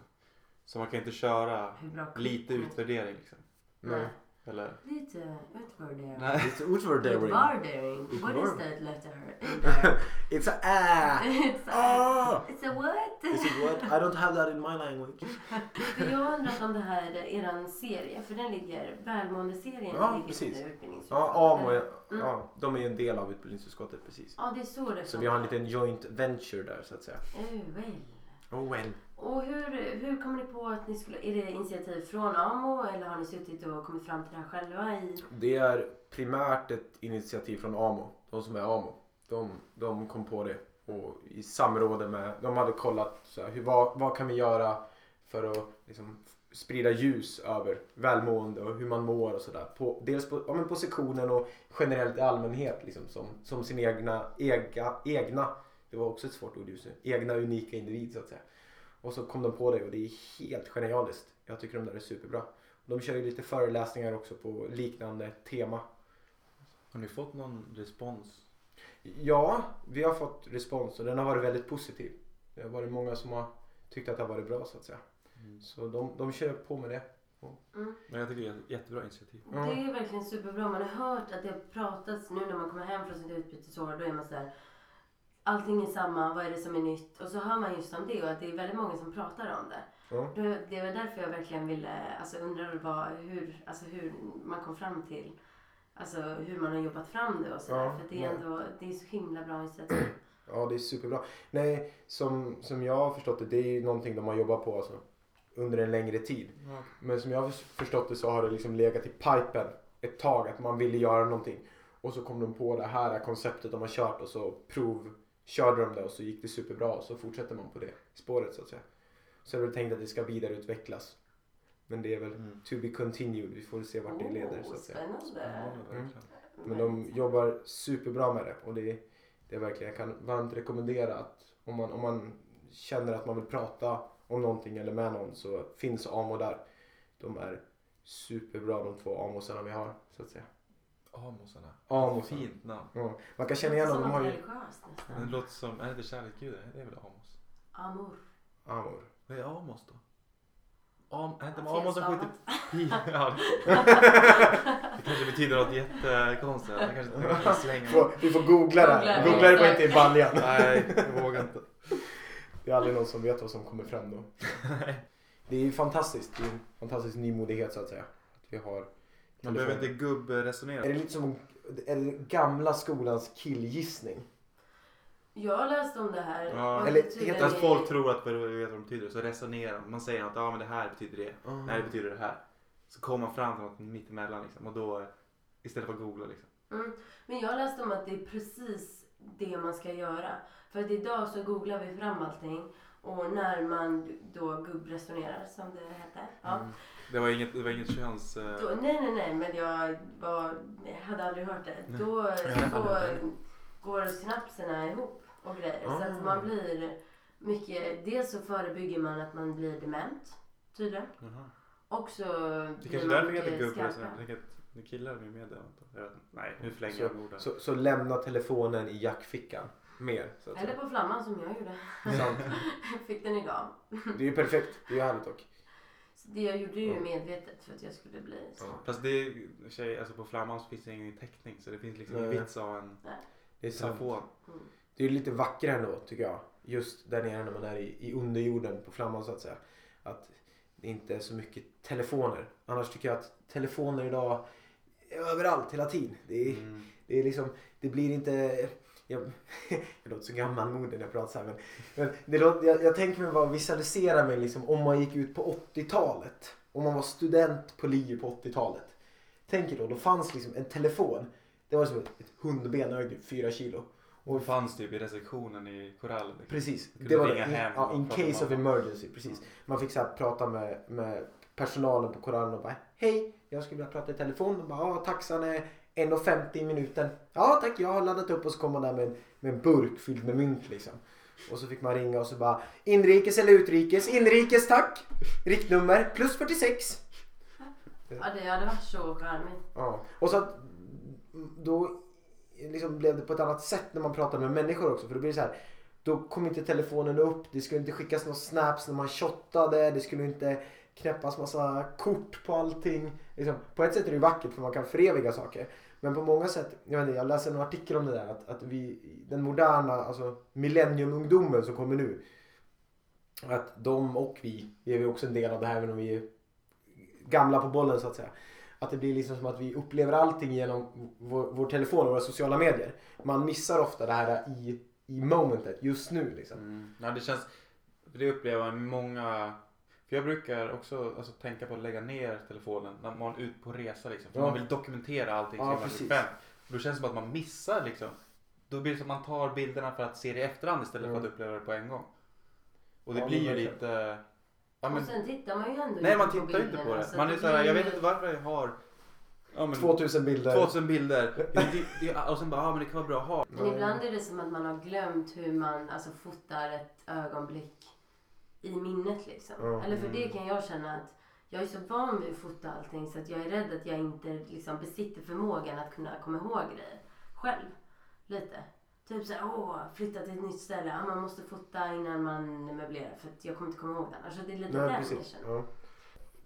A: Så man kan inte köra
C: Hur bra
A: lite
C: Mm.
A: utvärdering liksom.
B: nej.
A: Eller?
C: Lite utvärdering.
A: Nej.
B: It's utvärderat.
C: Utvärdering. What is
B: Utvärdering.
C: that letter?
B: [laughs]
C: in there?
B: It's a ah!
C: It's a,
B: Ah!
C: it's a what?
B: Is it what? I don't have that in my language.
C: För jag har undrat om det här, eran serie, för den ligger, välmåendeserien
B: Ja,
C: ligger
B: precis.
C: under utbildningsutskottet.
B: Ja, AMO, är- ja, de är ju en del av utbildningsutskottet precis.
C: Ja, det är så det
B: Så vi har en liten joint venture där så att säga.
C: UL.
B: Oh well.
C: Och hur, hur kom ni på att ni skulle, är det initiativ från AMO eller har ni suttit och kommit fram till det här själva i
B: Det är primärt ett initiativ från AMO. De som är AMO. De, de kom på det och i samråde med, de hade kollat så här, hur, vad, vad kan vi göra för att liksom, sprida ljus över välmående och hur man mår och sådär. På- Dels på, ja, men på sektionen och generellt i allmänhet liksom, som, som sin egna, ega, egna, det var också ett svårt ord just nu, egna unika individ så att säga. Och så kom de på det och det är helt genialiskt. Jag tycker de där är superbra. De kör ju lite föreläsningar också på liknande tema.
A: Har ni fått någon respons?
B: Ja, vi har fått respons och den har varit väldigt positiv. Det har varit många som har tyckt att det har varit bra så att säga. Så de, de kör på med det.
A: Men jag tycker det är ett jättebra initiativ.
B: Ja.
C: Det är verkligen superbra. Man har hört att det har pratats nu när man kommer hem från sitt utbytesår. Då är man så här. Allting är samma. Vad är det som är nytt? Och så hör man just om det och att det är väldigt många som pratar om det.
B: Ja.
C: Det- Det var därför jag verkligen ville, alltså undrar vad, hur, alltså hur man kom fram till, alltså hur man har jobbat fram det och så
B: Ja,
C: där. För det är
B: ja.
C: ändå, det är så himla bra initiativ.
B: Ja, det är superbra. Nej, som, som jag har förstått det, det är ju någonting de har jobbat på alltså, under en längre tid. Men som jag har förstått det så har det liksom legat i pipen ett tag att man ville göra någonting. Och så kom de på det här konceptet de har kört och så provkörde de det och så gick det superbra och så fortsätter man på det spåret så att säga. Så jag väl tänkt att det ska vidareutvecklas. Men det är väl
A: Mm.
B: to be continued. Vi får se vart det leder så
C: Oh,
B: att säga.
C: spännande.
B: Mm. Men de jobbar superbra med det och det, det är verkligen, jag kan varmt rekommendera att om man, om man känner att man vill prata om någonting eller med någon så finns AMO där. De är superbra de två AMOsarna vi har så att säga.
A: Amosarna.
B: AMOsarna.
A: Fint namn.
B: Ja. Man kan känna igen dem, de har ju
C: typ. religiöst nästan.
A: Det låter som, är det kärleksgudar? Det är väl Amos?
C: Amor.
B: Amor.
A: Vad är Amos då? Am, är inte Amos som
C: Felstavat.
A: skjuter pil? Ja, det- det kanske betyder något jättekonstigt. Jag kanske inte tänker slänga mig.
B: Får, vi får googla det här.
C: Googla.
B: Googla det bara inte i baljan.
A: Nej, jag vågar inte.
B: Det är aldrig någon som vet vad som kommer
A: [laughs]
B: fram då. Det är ju fantastiskt. Det är en fantastisk nymodighet så att säga. Att vi har
A: Man behöver inte gubbresonera.
B: Är det lite som en gamla skolans killgissning?
C: Jag läste om det här.
A: Ja.
C: och det
B: Eller
C: tydligen
B: heter
A: Att
C: är-
A: folk tror att man vet vad de betyder så resonerar man. Man säger att ja, men det här betyder det. Det här betyder det här. Så kommer man fram till något mittemellan liksom. Och då istället för att googla liksom.
C: Mm. Men jag läste om att det är precis det man ska göra. För att idag så googlar vi fram allting och när man då gubbresonerar som det hette. Ja.
A: Mm. Det var inget, det var inget köns... eh,
C: Då, nej, nej, nej, men jag var, jag hade aldrig hört det. Då, då går synapserna ihop och grejer. Så
A: Ah.
C: att man blir mycket, dels så förebygger man att man blir dement tydligen.
A: Jaha.
C: Och så
A: Det
C: blir
A: kanske är
C: man
A: därför det heter
C: mycket
A: gubbresonera.
C: skarpare.
A: Jag tänker att nu killar är med det. Jag vet inte. Nej, nu förlänger
B: Så,
A: jag orden.
B: så, så lämna telefonen i jackfickan. Mer. Så att
C: Eller
B: säga.
C: på flamman som jag gjorde.
B: Sant.
C: Jag [laughs] fick den idag.
B: Det är ju perfekt. Det är ju härligt dock.
C: Så det jag gjorde ju
B: Ja.
C: medvetet för att jag skulle bli så.
B: Ja.
A: Fast det är tjej, alltså på flamman så finns det ingen täckning så det finns liksom ingen
B: Nej.
A: vits av en
B: Det är sant.
A: telefon.
B: Det är ju lite vackrare ändå tycker jag. Just där nere när man är i, i underjorden på flamman så att säga. Att det inte är så mycket telefoner. Annars tycker jag att telefoner idag är överallt hela tiden. Det är,
A: Mm.
B: det är liksom, det blir inte... Jag, [laughs] jag låter så gammalmodig när jag pratar så här men, men det låter, jag, jag tänker mig bara visualisera mig liksom om man gick ut på 80-talet. Om man var student på LiU på 80-talet. Tänk er då, då fanns liksom en telefon. Det var som ett ett hundben, det vägde fyra kilo.
A: Och fanns typ i receptionen i korallen. liksom.
B: Precis,
A: Kunde
B: det var det.
A: ringa
B: In,
A: hem
B: ja,
A: och
B: in
A: prata
B: case
A: med
B: of emergency. Precis. Man fick så här, prata med, med personalen på korallen och bara Hej, jag skulle vilja prata i telefon. De bara, ja taxan är 1.50 i minuten. Ja tack, jag har laddat upp och så kom man där med en, med en burk fylld med mynt liksom. Och så fick man ringa och så bara inrikes eller utrikes? Inrikes tack! Riktnummer plus 46.
C: Ja, det hade varit så charmigt.
B: Ja. Och så att mm, då liksom blev det på ett annat sätt när man pratade med människor också. För då blir det så här. Då kom inte telefonen upp. Det skulle inte skickas några snaps när man shottade. Det skulle inte knäppas massa kort på allting. Liksom, på ett sätt är det ju vackert för man kan föreviga saker. Men på många sätt, jag, vet inte, jag läste en artikel om det där. Att, att vi, den moderna, alltså millenniumungdomen som kommer nu. Att de och vi, vi är ju också en del av det här även om vi är gamla på bollen så att säga. Att det blir liksom som att vi upplever allting genom vår, vår telefon och våra sociala medier. Man missar ofta det här i, i momentet just nu liksom.
A: Mm. Ja, det känns, för det upplever jag med många, för jag brukar också alltså, tänka på att lägga ner telefonen när man är ute på resa liksom. För
B: Ja.
A: man vill dokumentera allting
B: Ja,
A: så himla
B: precis.
A: frekvent. Då känns det som att man missar liksom. Då blir det som att man tar bilderna för att se det i efterhand istället
B: Mm.
A: för att uppleva det på en gång. Och det
B: Ja,
A: blir ju
B: men
A: lite... Ja, men,
C: Och sen tittar man ju ändå
A: nej,
C: inte
A: man tittar ju inte på
C: bilderna,
A: det.
C: så
A: Man är
C: det
A: såhär,
C: blir
A: jag
C: ju-
A: vet inte varför jag har... Ja, men,
B: 2000 bilder.
A: 2000
B: [laughs]
A: bilder. Det, det, det, och sen bara, ja men det kan vara bra att ha.
C: Men ibland är det som att man har glömt hur man alltså, fotar ett ögonblick i minnet liksom.
B: Ja.
C: Eller för
A: Mm.
C: det kan jag känna att jag är så van vid att fota allting så att jag är rädd att jag inte liksom, besitter förmågan att kunna komma ihåg grejer själv. Lite. Typ såhär, åh, flytta till ett nytt ställe. Ja, man måste fota innan man möblerar för att jag kommer inte komma ihåg det annars. Så det är lite
B: Nej,
C: den jag
B: precis.
C: känner.
B: Ja.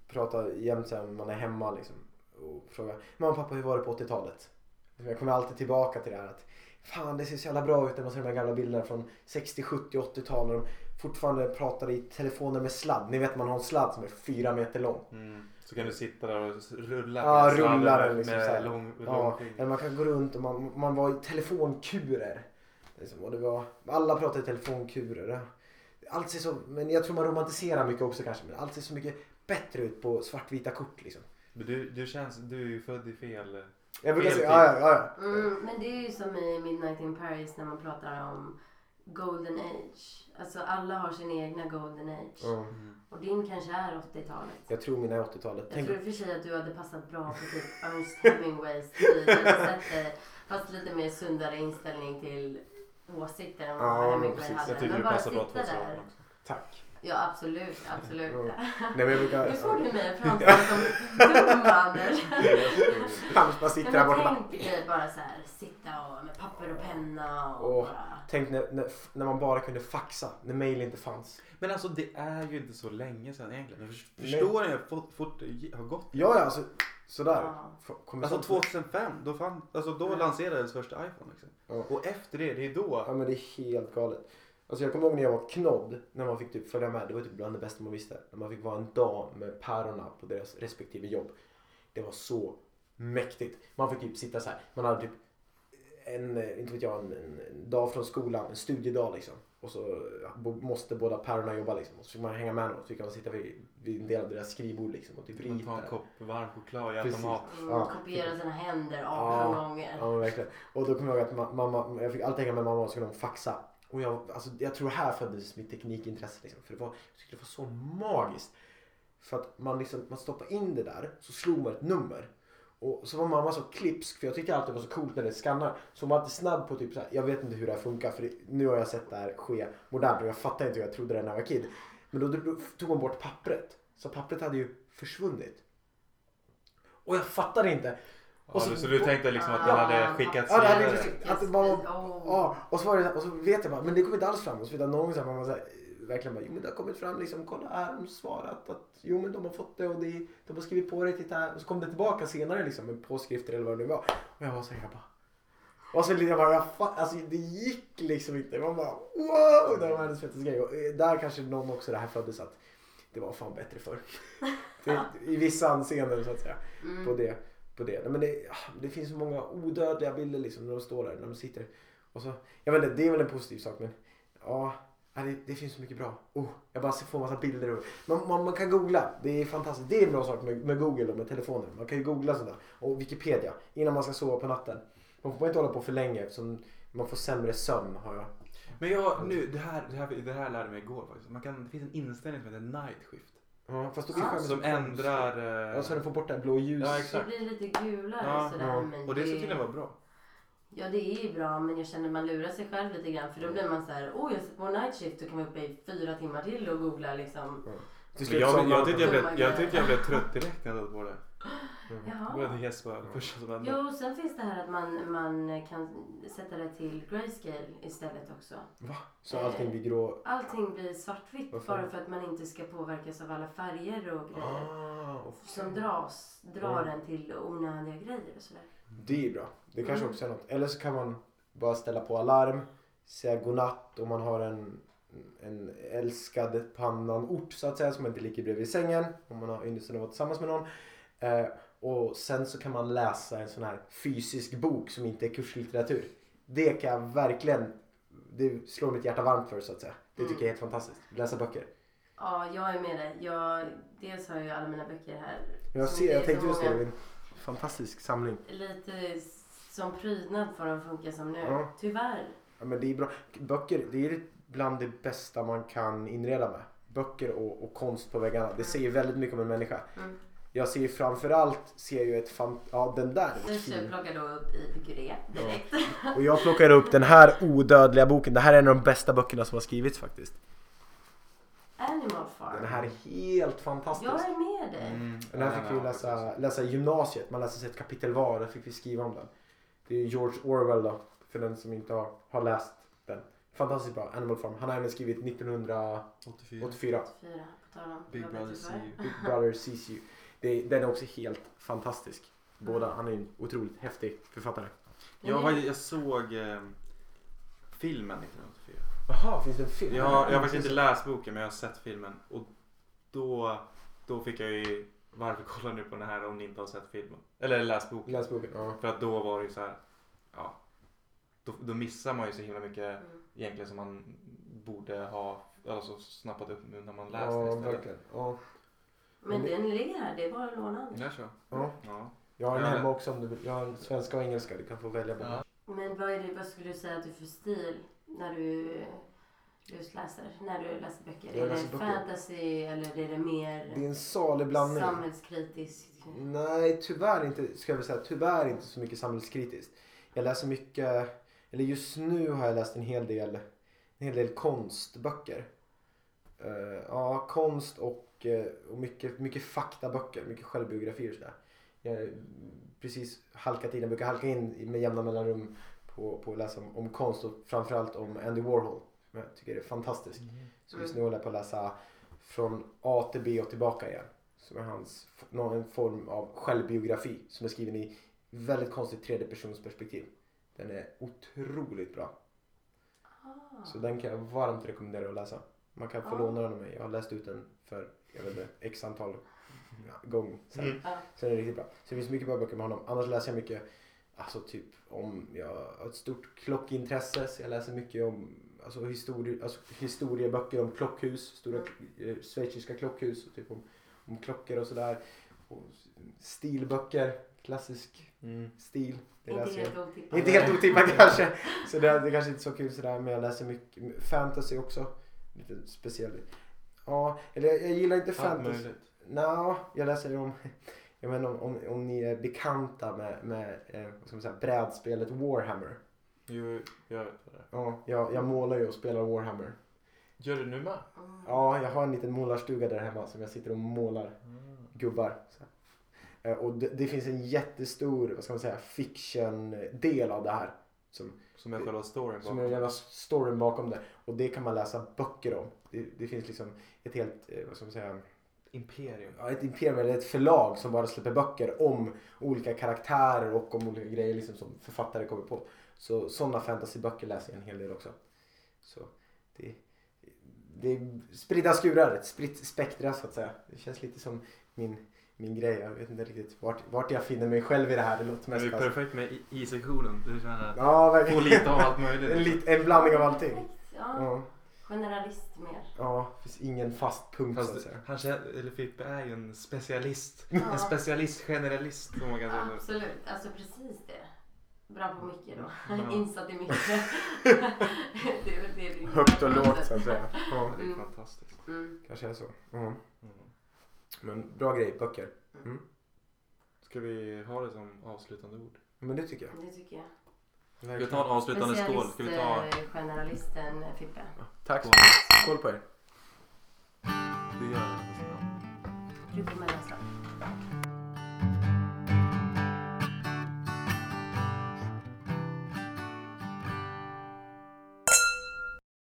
B: Prata jämt sen när man är hemma liksom. Och fråga, mamma och pappa hur var det på 80-talet? Jag kommer alltid tillbaka till det här att fan det ser så jävla bra ut när man ser de här gamla bilderna från 60, 70, 80-tal när de fortfarande pratar i telefoner med sladd. Ni vet man har en sladd som är fyra meter lång.
A: Mm. Så kan du sitta där och s- rulla
B: Ja,
A: på sladden
B: rullar den
A: med
B: liksom så här.
A: lång,
B: Ja,
A: långfinger.
B: eller man kan gå runt och man, man var i telefonkurer. Liksom, och det var, alla pratade i telefonkurer. Allt ser så, men jag tror man romantiserar mycket också kanske. Men allt ser så mycket bättre ut på svartvita kort liksom.
A: Men du, du känns, du är ju född i fel...
B: Jag brukar säga, ja,
A: Heltid.
B: ja, ja. ja.
C: Mm, men det är ju som i Midnight in Paris när man pratar om Golden Age. Alltså alla har sin egna Golden Age.
B: Ja.
C: Och din kanske är 80-talet.
B: Jag tror mina är 80-talet.
C: Jag
B: Tänk,
C: tror i och för sig att du hade passat bra på typ Ernest Hemingways tid. Jag hade
B: [laughs]
C: sett det, Fast lite mer sundare inställning till åsikter än vad
B: Ja, men
C: Hemingway
B: precis.
C: hade.
A: Jag tycker
C: Men
A: du
C: bara
A: passar bra
C: sitta där.
A: 2000 också.
B: tack.
C: Ja, absolut. absolut.
B: Ja. Nej men jag brukar...
C: Nu får du
B: [laughs]
C: mig att framstå som dum, Anders.
B: Annars bara sitter
C: Nej,
B: här borta.
C: men
B: och bara-
C: Tänk dig bara så här, sitta och med papper och penna och
B: Åh.
C: bara...
B: Tänk när, när, när man bara kunde faxa, när mail inte fanns.
A: Men alltså det är ju inte så länge sedan egentligen. Men först-
B: Nej.
A: Förstår ni hur fort, fort det har gått?
B: Ja, ja, alltså
D: Sådär.
C: Ja.
D: F- Kommer
A: Alltså
D: sånt-
A: 2005, då, fan, alltså då
C: Mm.
A: lanserades första iPhone. Liksom.
B: Ja.
A: Och efter det, det är då.
B: Ja men det är helt galet. Alltså jag kommer ihåg när jag var knodd, när man fick typ följa med. Det var typ bland det bästa man visste. När man fick vara en dag med pärorna på deras respektive jobb. Det var så mäktigt. Man fick typ sitta så här. Man hade typ en, eh, inte vet jag, en, en dag från skolan, en studiedag liksom. Och så ja, bo- måste båda pärorna jobba liksom. Och så fick man hänga med dem. Så fick man sitta vid, vid en del av deras skrivbord liksom och typ
A: Man
B: rita.
A: tar en kopp varm choklad i
B: Precis.
A: automat.
C: Mm,
B: Ja.
C: Kopiera sina händer 18
B: Ja.
C: gånger.
B: Ja men verkligen. Och då kommer jag ihåg att ma- mamma, jag fick alltid hänga med mamma och så skulle hon faxa. Och jag, alltså, jag tror här föddes mitt teknikintresse. Liksom, för det var, jag tyckte det var så magiskt. För att man, liksom, man stoppade in det där så slog man ett nummer. Och så var mamma så klipsk för jag tyckte alltid det var så coolt när det skannar. Så hon var alltid snabb på typ så här, jag vet inte hur det här funkar för det, nu har jag sett det här ske modernt och jag fattar inte hur jag trodde det när jag var kid. Men då, då tog hon bort pappret. Så pappret hade ju försvunnit. Och jag fattade inte.
A: Ja,
B: så- Ah.
A: du- så du tänkte liksom att den hade skickats
B: Ja, det hade
A: vidare?
B: liksom, att det bara,
C: Åh.
B: ja, och, så var det, och så vet jag bara, men det kom inte alls fram. Och så vet jag någon gång man så här, verkligen bara, jo men det har kommit fram liksom, kolla här, de har svarat att jo men de har fått det och det, de har skrivit på det, titta här. Och så kom det tillbaka senare liksom med påskrifter eller vad det nu var. Och jag var så här, jag bara, och så lite jag bara, jag fa- alltså det gick liksom inte. Man bara, wow, det var världens fetaste grej. Och eh, där kanske någon också det här föddes att det var fan bättre förr. Det- I vissa anseenden så att säga
C: Mm.
B: på det. På det. Nej, men det, ah, det finns så många odödliga bilder liksom när de står där, när de sitter. Och så, jag vet inte, det är väl en positiv sak men ja, nej, det, det finns så mycket bra. Oh, jag bara får massa bilder. Och, man, man, man kan googla, det är fantastiskt. Det är en bra sak med, med Google och med telefoner. Man kan ju googla sådär. Och Wikipedia, innan man ska sova på natten. Man får inte hålla på för länge eftersom man får sämre sömn har jag.
A: Men jag, nu, det här, det här, det här lärde jag mig igår faktiskt. Man kan, det finns en inställning som heter night shift.
B: Ja, fast då
C: Ah,
B: kanske jag-
A: Som ändrar... eh,
B: Ja, så du får bort det här blå ljuset.
A: Ja,
C: Det
A: exakt.
C: blir lite gulare
A: Ja,
C: sådär.
B: ja.
C: Men
A: och det ska tydligen vara bra.
C: Ja, det är ju bra, men jag känner man lurar sig själv lite grann. För då blir man så här, åh, jag sitter på night shift och kan vara uppe i fyra timmar till och googla liksom.
B: Till
A: Men
B: slut
A: jag,
B: somnar
A: jag,
B: man
A: tyckte jag,
B: på-
A: blev, jag tyckte jag blev trött direkt när jag satt på det. Det var
C: Jaha.
A: en gäspa första som hände.
C: Jo, sen finns det här att man, man kan sätta det till grayscale istället också.
B: Så allting blir grå.
C: Allting blir svartvitt
B: Varför?
C: bara för att man inte ska påverkas av alla färger och grejer.
B: Ah, och
C: Som dras, drar
B: Mm.
C: en till onödiga grejer och sådär.
B: Det är bra. Det kanske
C: Mm.
B: också är något. Eller så kan man bara ställa på alarm, säga godnatt och man har en, en älskad på annan ort så att säga som inte ligger bredvid sängen om man har ynnesten att vara tillsammans med någon. Eh, och sen så kan man läsa en sån här fysisk bok som inte är kurslitteratur. Det kan jag verkligen, det slår mitt hjärta varmt för så att säga. Det
C: Mm.
B: tycker jag är helt fantastiskt. Läsa böcker.
C: Ja, jag är med dig. Jag, dels har jag ju alla mina böcker här.
B: Jag,
C: som
B: ser,
C: det är
B: jag
C: så
B: tänkte just det, det
C: många-
B: är en fantastisk samling.
C: Lite som prydnad får de funka som nu.
B: Ja.
C: Tyvärr.
B: Ja, men det är bra. Böcker, det är bland det bästa man kan inreda med. Böcker och, och konst på väggarna. Det säger väldigt mycket om en människa.
C: Mm.
B: Jag ser ju framförallt, ser ju ett fan... Ja, den där är
C: Du
B: fin.
C: plockar då upp i Picuré direkt. [laughs]
B: Och jag plockar upp den här odödliga boken. Det här är en av de bästa böckerna som har skrivits faktiskt.
C: Animal
B: Den
C: Farm.
B: här är helt fantastisk. Mm.
C: Jag är med dig.
B: Den här fick vi ju läsa, läsa i gymnasiet. Man läste sig ett kapitel var och där fick vi skriva om den. Det är ju George Orwell då, för den som inte har, har läst den. Fantastiskt bra, Animal Farm. Han har även skrivit 1984.
A: 84.
C: Fyra, på tal om.
A: Big
C: jag vet
A: Brother
C: inte
A: see
C: vad.
A: you.
B: Big Brother Sees You. Det, den är också helt fantastisk. Båda, han är en otroligt häftig författare.
A: Jag,
C: Men
A: var,
C: det-
A: jag såg eh, filmen 1984.
B: Jaha, finns det en film?
A: Jag, har- jag har faktiskt inte läst boken men jag har sett filmen. Och då, då fick jag ju varför kollar ni på den här om ni inte har sett filmen? Eller läst boken.
B: Läs boken. Ja.
A: För att då var det ju så här. Ja, då, då missar man ju så himla mycket
C: Mm.
A: egentligen som man borde ha alltså, snappat upp nu när man läst
B: Ja,
A: den istället.
B: verkligen. Ja.
C: Men den ligger här, det är bara att låna den.
A: Ja, så.
B: Ja.
A: Ja.
B: Jag har en
A: Ja,
B: hemma också om du vill. Jag har en svenska och engelska. Du kan få välja mellan.
A: Ja.
C: Men vad, är det, vad skulle du säga att du för stil när du just läser? När du läser böcker?
B: Jag
C: Är
B: läser
C: det
B: böcker.
C: fantasy eller är det
B: Det är
C: mer
B: en salig blandning.
C: samhällskritisk?
B: Nej, tyvärr inte. Ska jag väl säga, tyvärr inte så mycket samhällskritiskt. Jag läser mycket, eller just nu har jag läst en hel del, en hel del konstböcker. Eh, ja, konst och, eh, och mycket, mycket faktaböcker, mycket självbiografier och sådär. Jag har precis halkat in, jag brukar halka in i- med jämna mellanrum på, på att läsa om, om konst och framförallt om Andy Warhol. Som Mm. jag tycker är fantastisk. Så just nu håller jag på att läsa från A till B och tillbaka igen. Som är hans, någon en form av självbiografi som är skriven i väldigt konstigt tredjepersonsperspektiv. Den är otroligt bra.
C: Ah.
B: Så den kan jag varmt rekommendera att läsa. Man kan få
C: Ja.
B: låna den av mig. Jag har läst ut den för, jag vet inte, x antal gång sen.
A: Mm.
C: Mm. Ja.
B: Så den är riktigt bra. Så det finns mycket bra böcker med honom. Annars läser jag mycket, alltså typ om, jag har ett stort klockintresse så jag läser mycket om alltså, histori- alltså, historieböcker om klockhus, stora eh, schweiziska klockhus och typ om, om klockor och sådär. Och stilböcker, klassisk
A: Mm.
B: stil. Det
C: Inte
B: läser jag.
C: helt otippat.
B: Inte
A: [laughs]
B: helt otippat kanske. Så det, det kanske inte är så kul sådär. Men jag läser mycket fantasy också. Lite speciell. Ja, eller jag, jag gillar inte
A: Allt
B: fantasy.
A: möjligt.
B: Nja, jag läser ju om... [laughs] Jag menar om, om, om ni är bekanta med, med eh, vad ska man säga, brädspelet Warhammer.
A: Jo, jag vet vad det är.
B: Ja, jag, jag målar ju och spelar Warhammer.
A: Gör du nu med?
C: Mm.
B: Ja, jag har en liten målarstuga där hemma som jag sitter och målar
A: Mm.
B: gubbar. Så. här. Eh, Och det, det finns en jättestor, vad ska man säga, fiction-del av det här. Som
A: Som är själva storyn
B: Som är
A: bakom.
B: den jävla storyn bakom det. Och det kan man läsa böcker om. Det, det finns liksom ett helt, eh, vad ska man säga,
A: Imperium.
B: ja, ett imperium eller ett förlag som bara släpper böcker om olika karaktärer och om olika grejer liksom som författare kommer på. Så sådana fantasyböcker läser jag en hel del också. Så det, det är spridda skurar, ett spritt spektra så att säga. Det känns lite som min, min grej. Jag vet inte riktigt vart, vart jag finner mig själv i det här. Det låter
E: Men det
B: mest
E: är
B: konstigt.
E: perfekt med i- i-sektionen. Du känner att
B: Ja,
E: få
B: verkligen.
E: lite av allt
B: [laughs] En,
E: möjligt.
B: lit- en blandning av allting. Mm.
C: Perfekt, Ja.
B: Ja.
C: Generalist mer.
B: Ja, det finns ingen fast punkt så att
A: Fast
B: säga.
A: han, känner- eller Fippe är ju en specialist.
C: Ja.
A: En specialist, generalist som man kan säga nu.
C: Absolut, alltså precis det. Bra på mycket då.
A: Ja.
C: [laughs] Insatt i mycket. det är väl det vi-
B: Högt och lågt så att säga. Ja,
A: Det är
C: Mm.
A: fantastiskt.
C: Mm.
B: kanske är så. Ja.
A: Mm.
B: Men bra grej, böcker.
A: Ska vi ha det som avslutande ord?
B: Men det tycker jag.
C: Det tycker jag.
E: Ska vi ta en avslutande skål? Ska vi ta...
C: Specialist, eh, generalisten eh, Fippe.
B: Tack så
E: Skål.
B: mycket. Skål på er.
E: Du gör det.
C: Du får med nästa.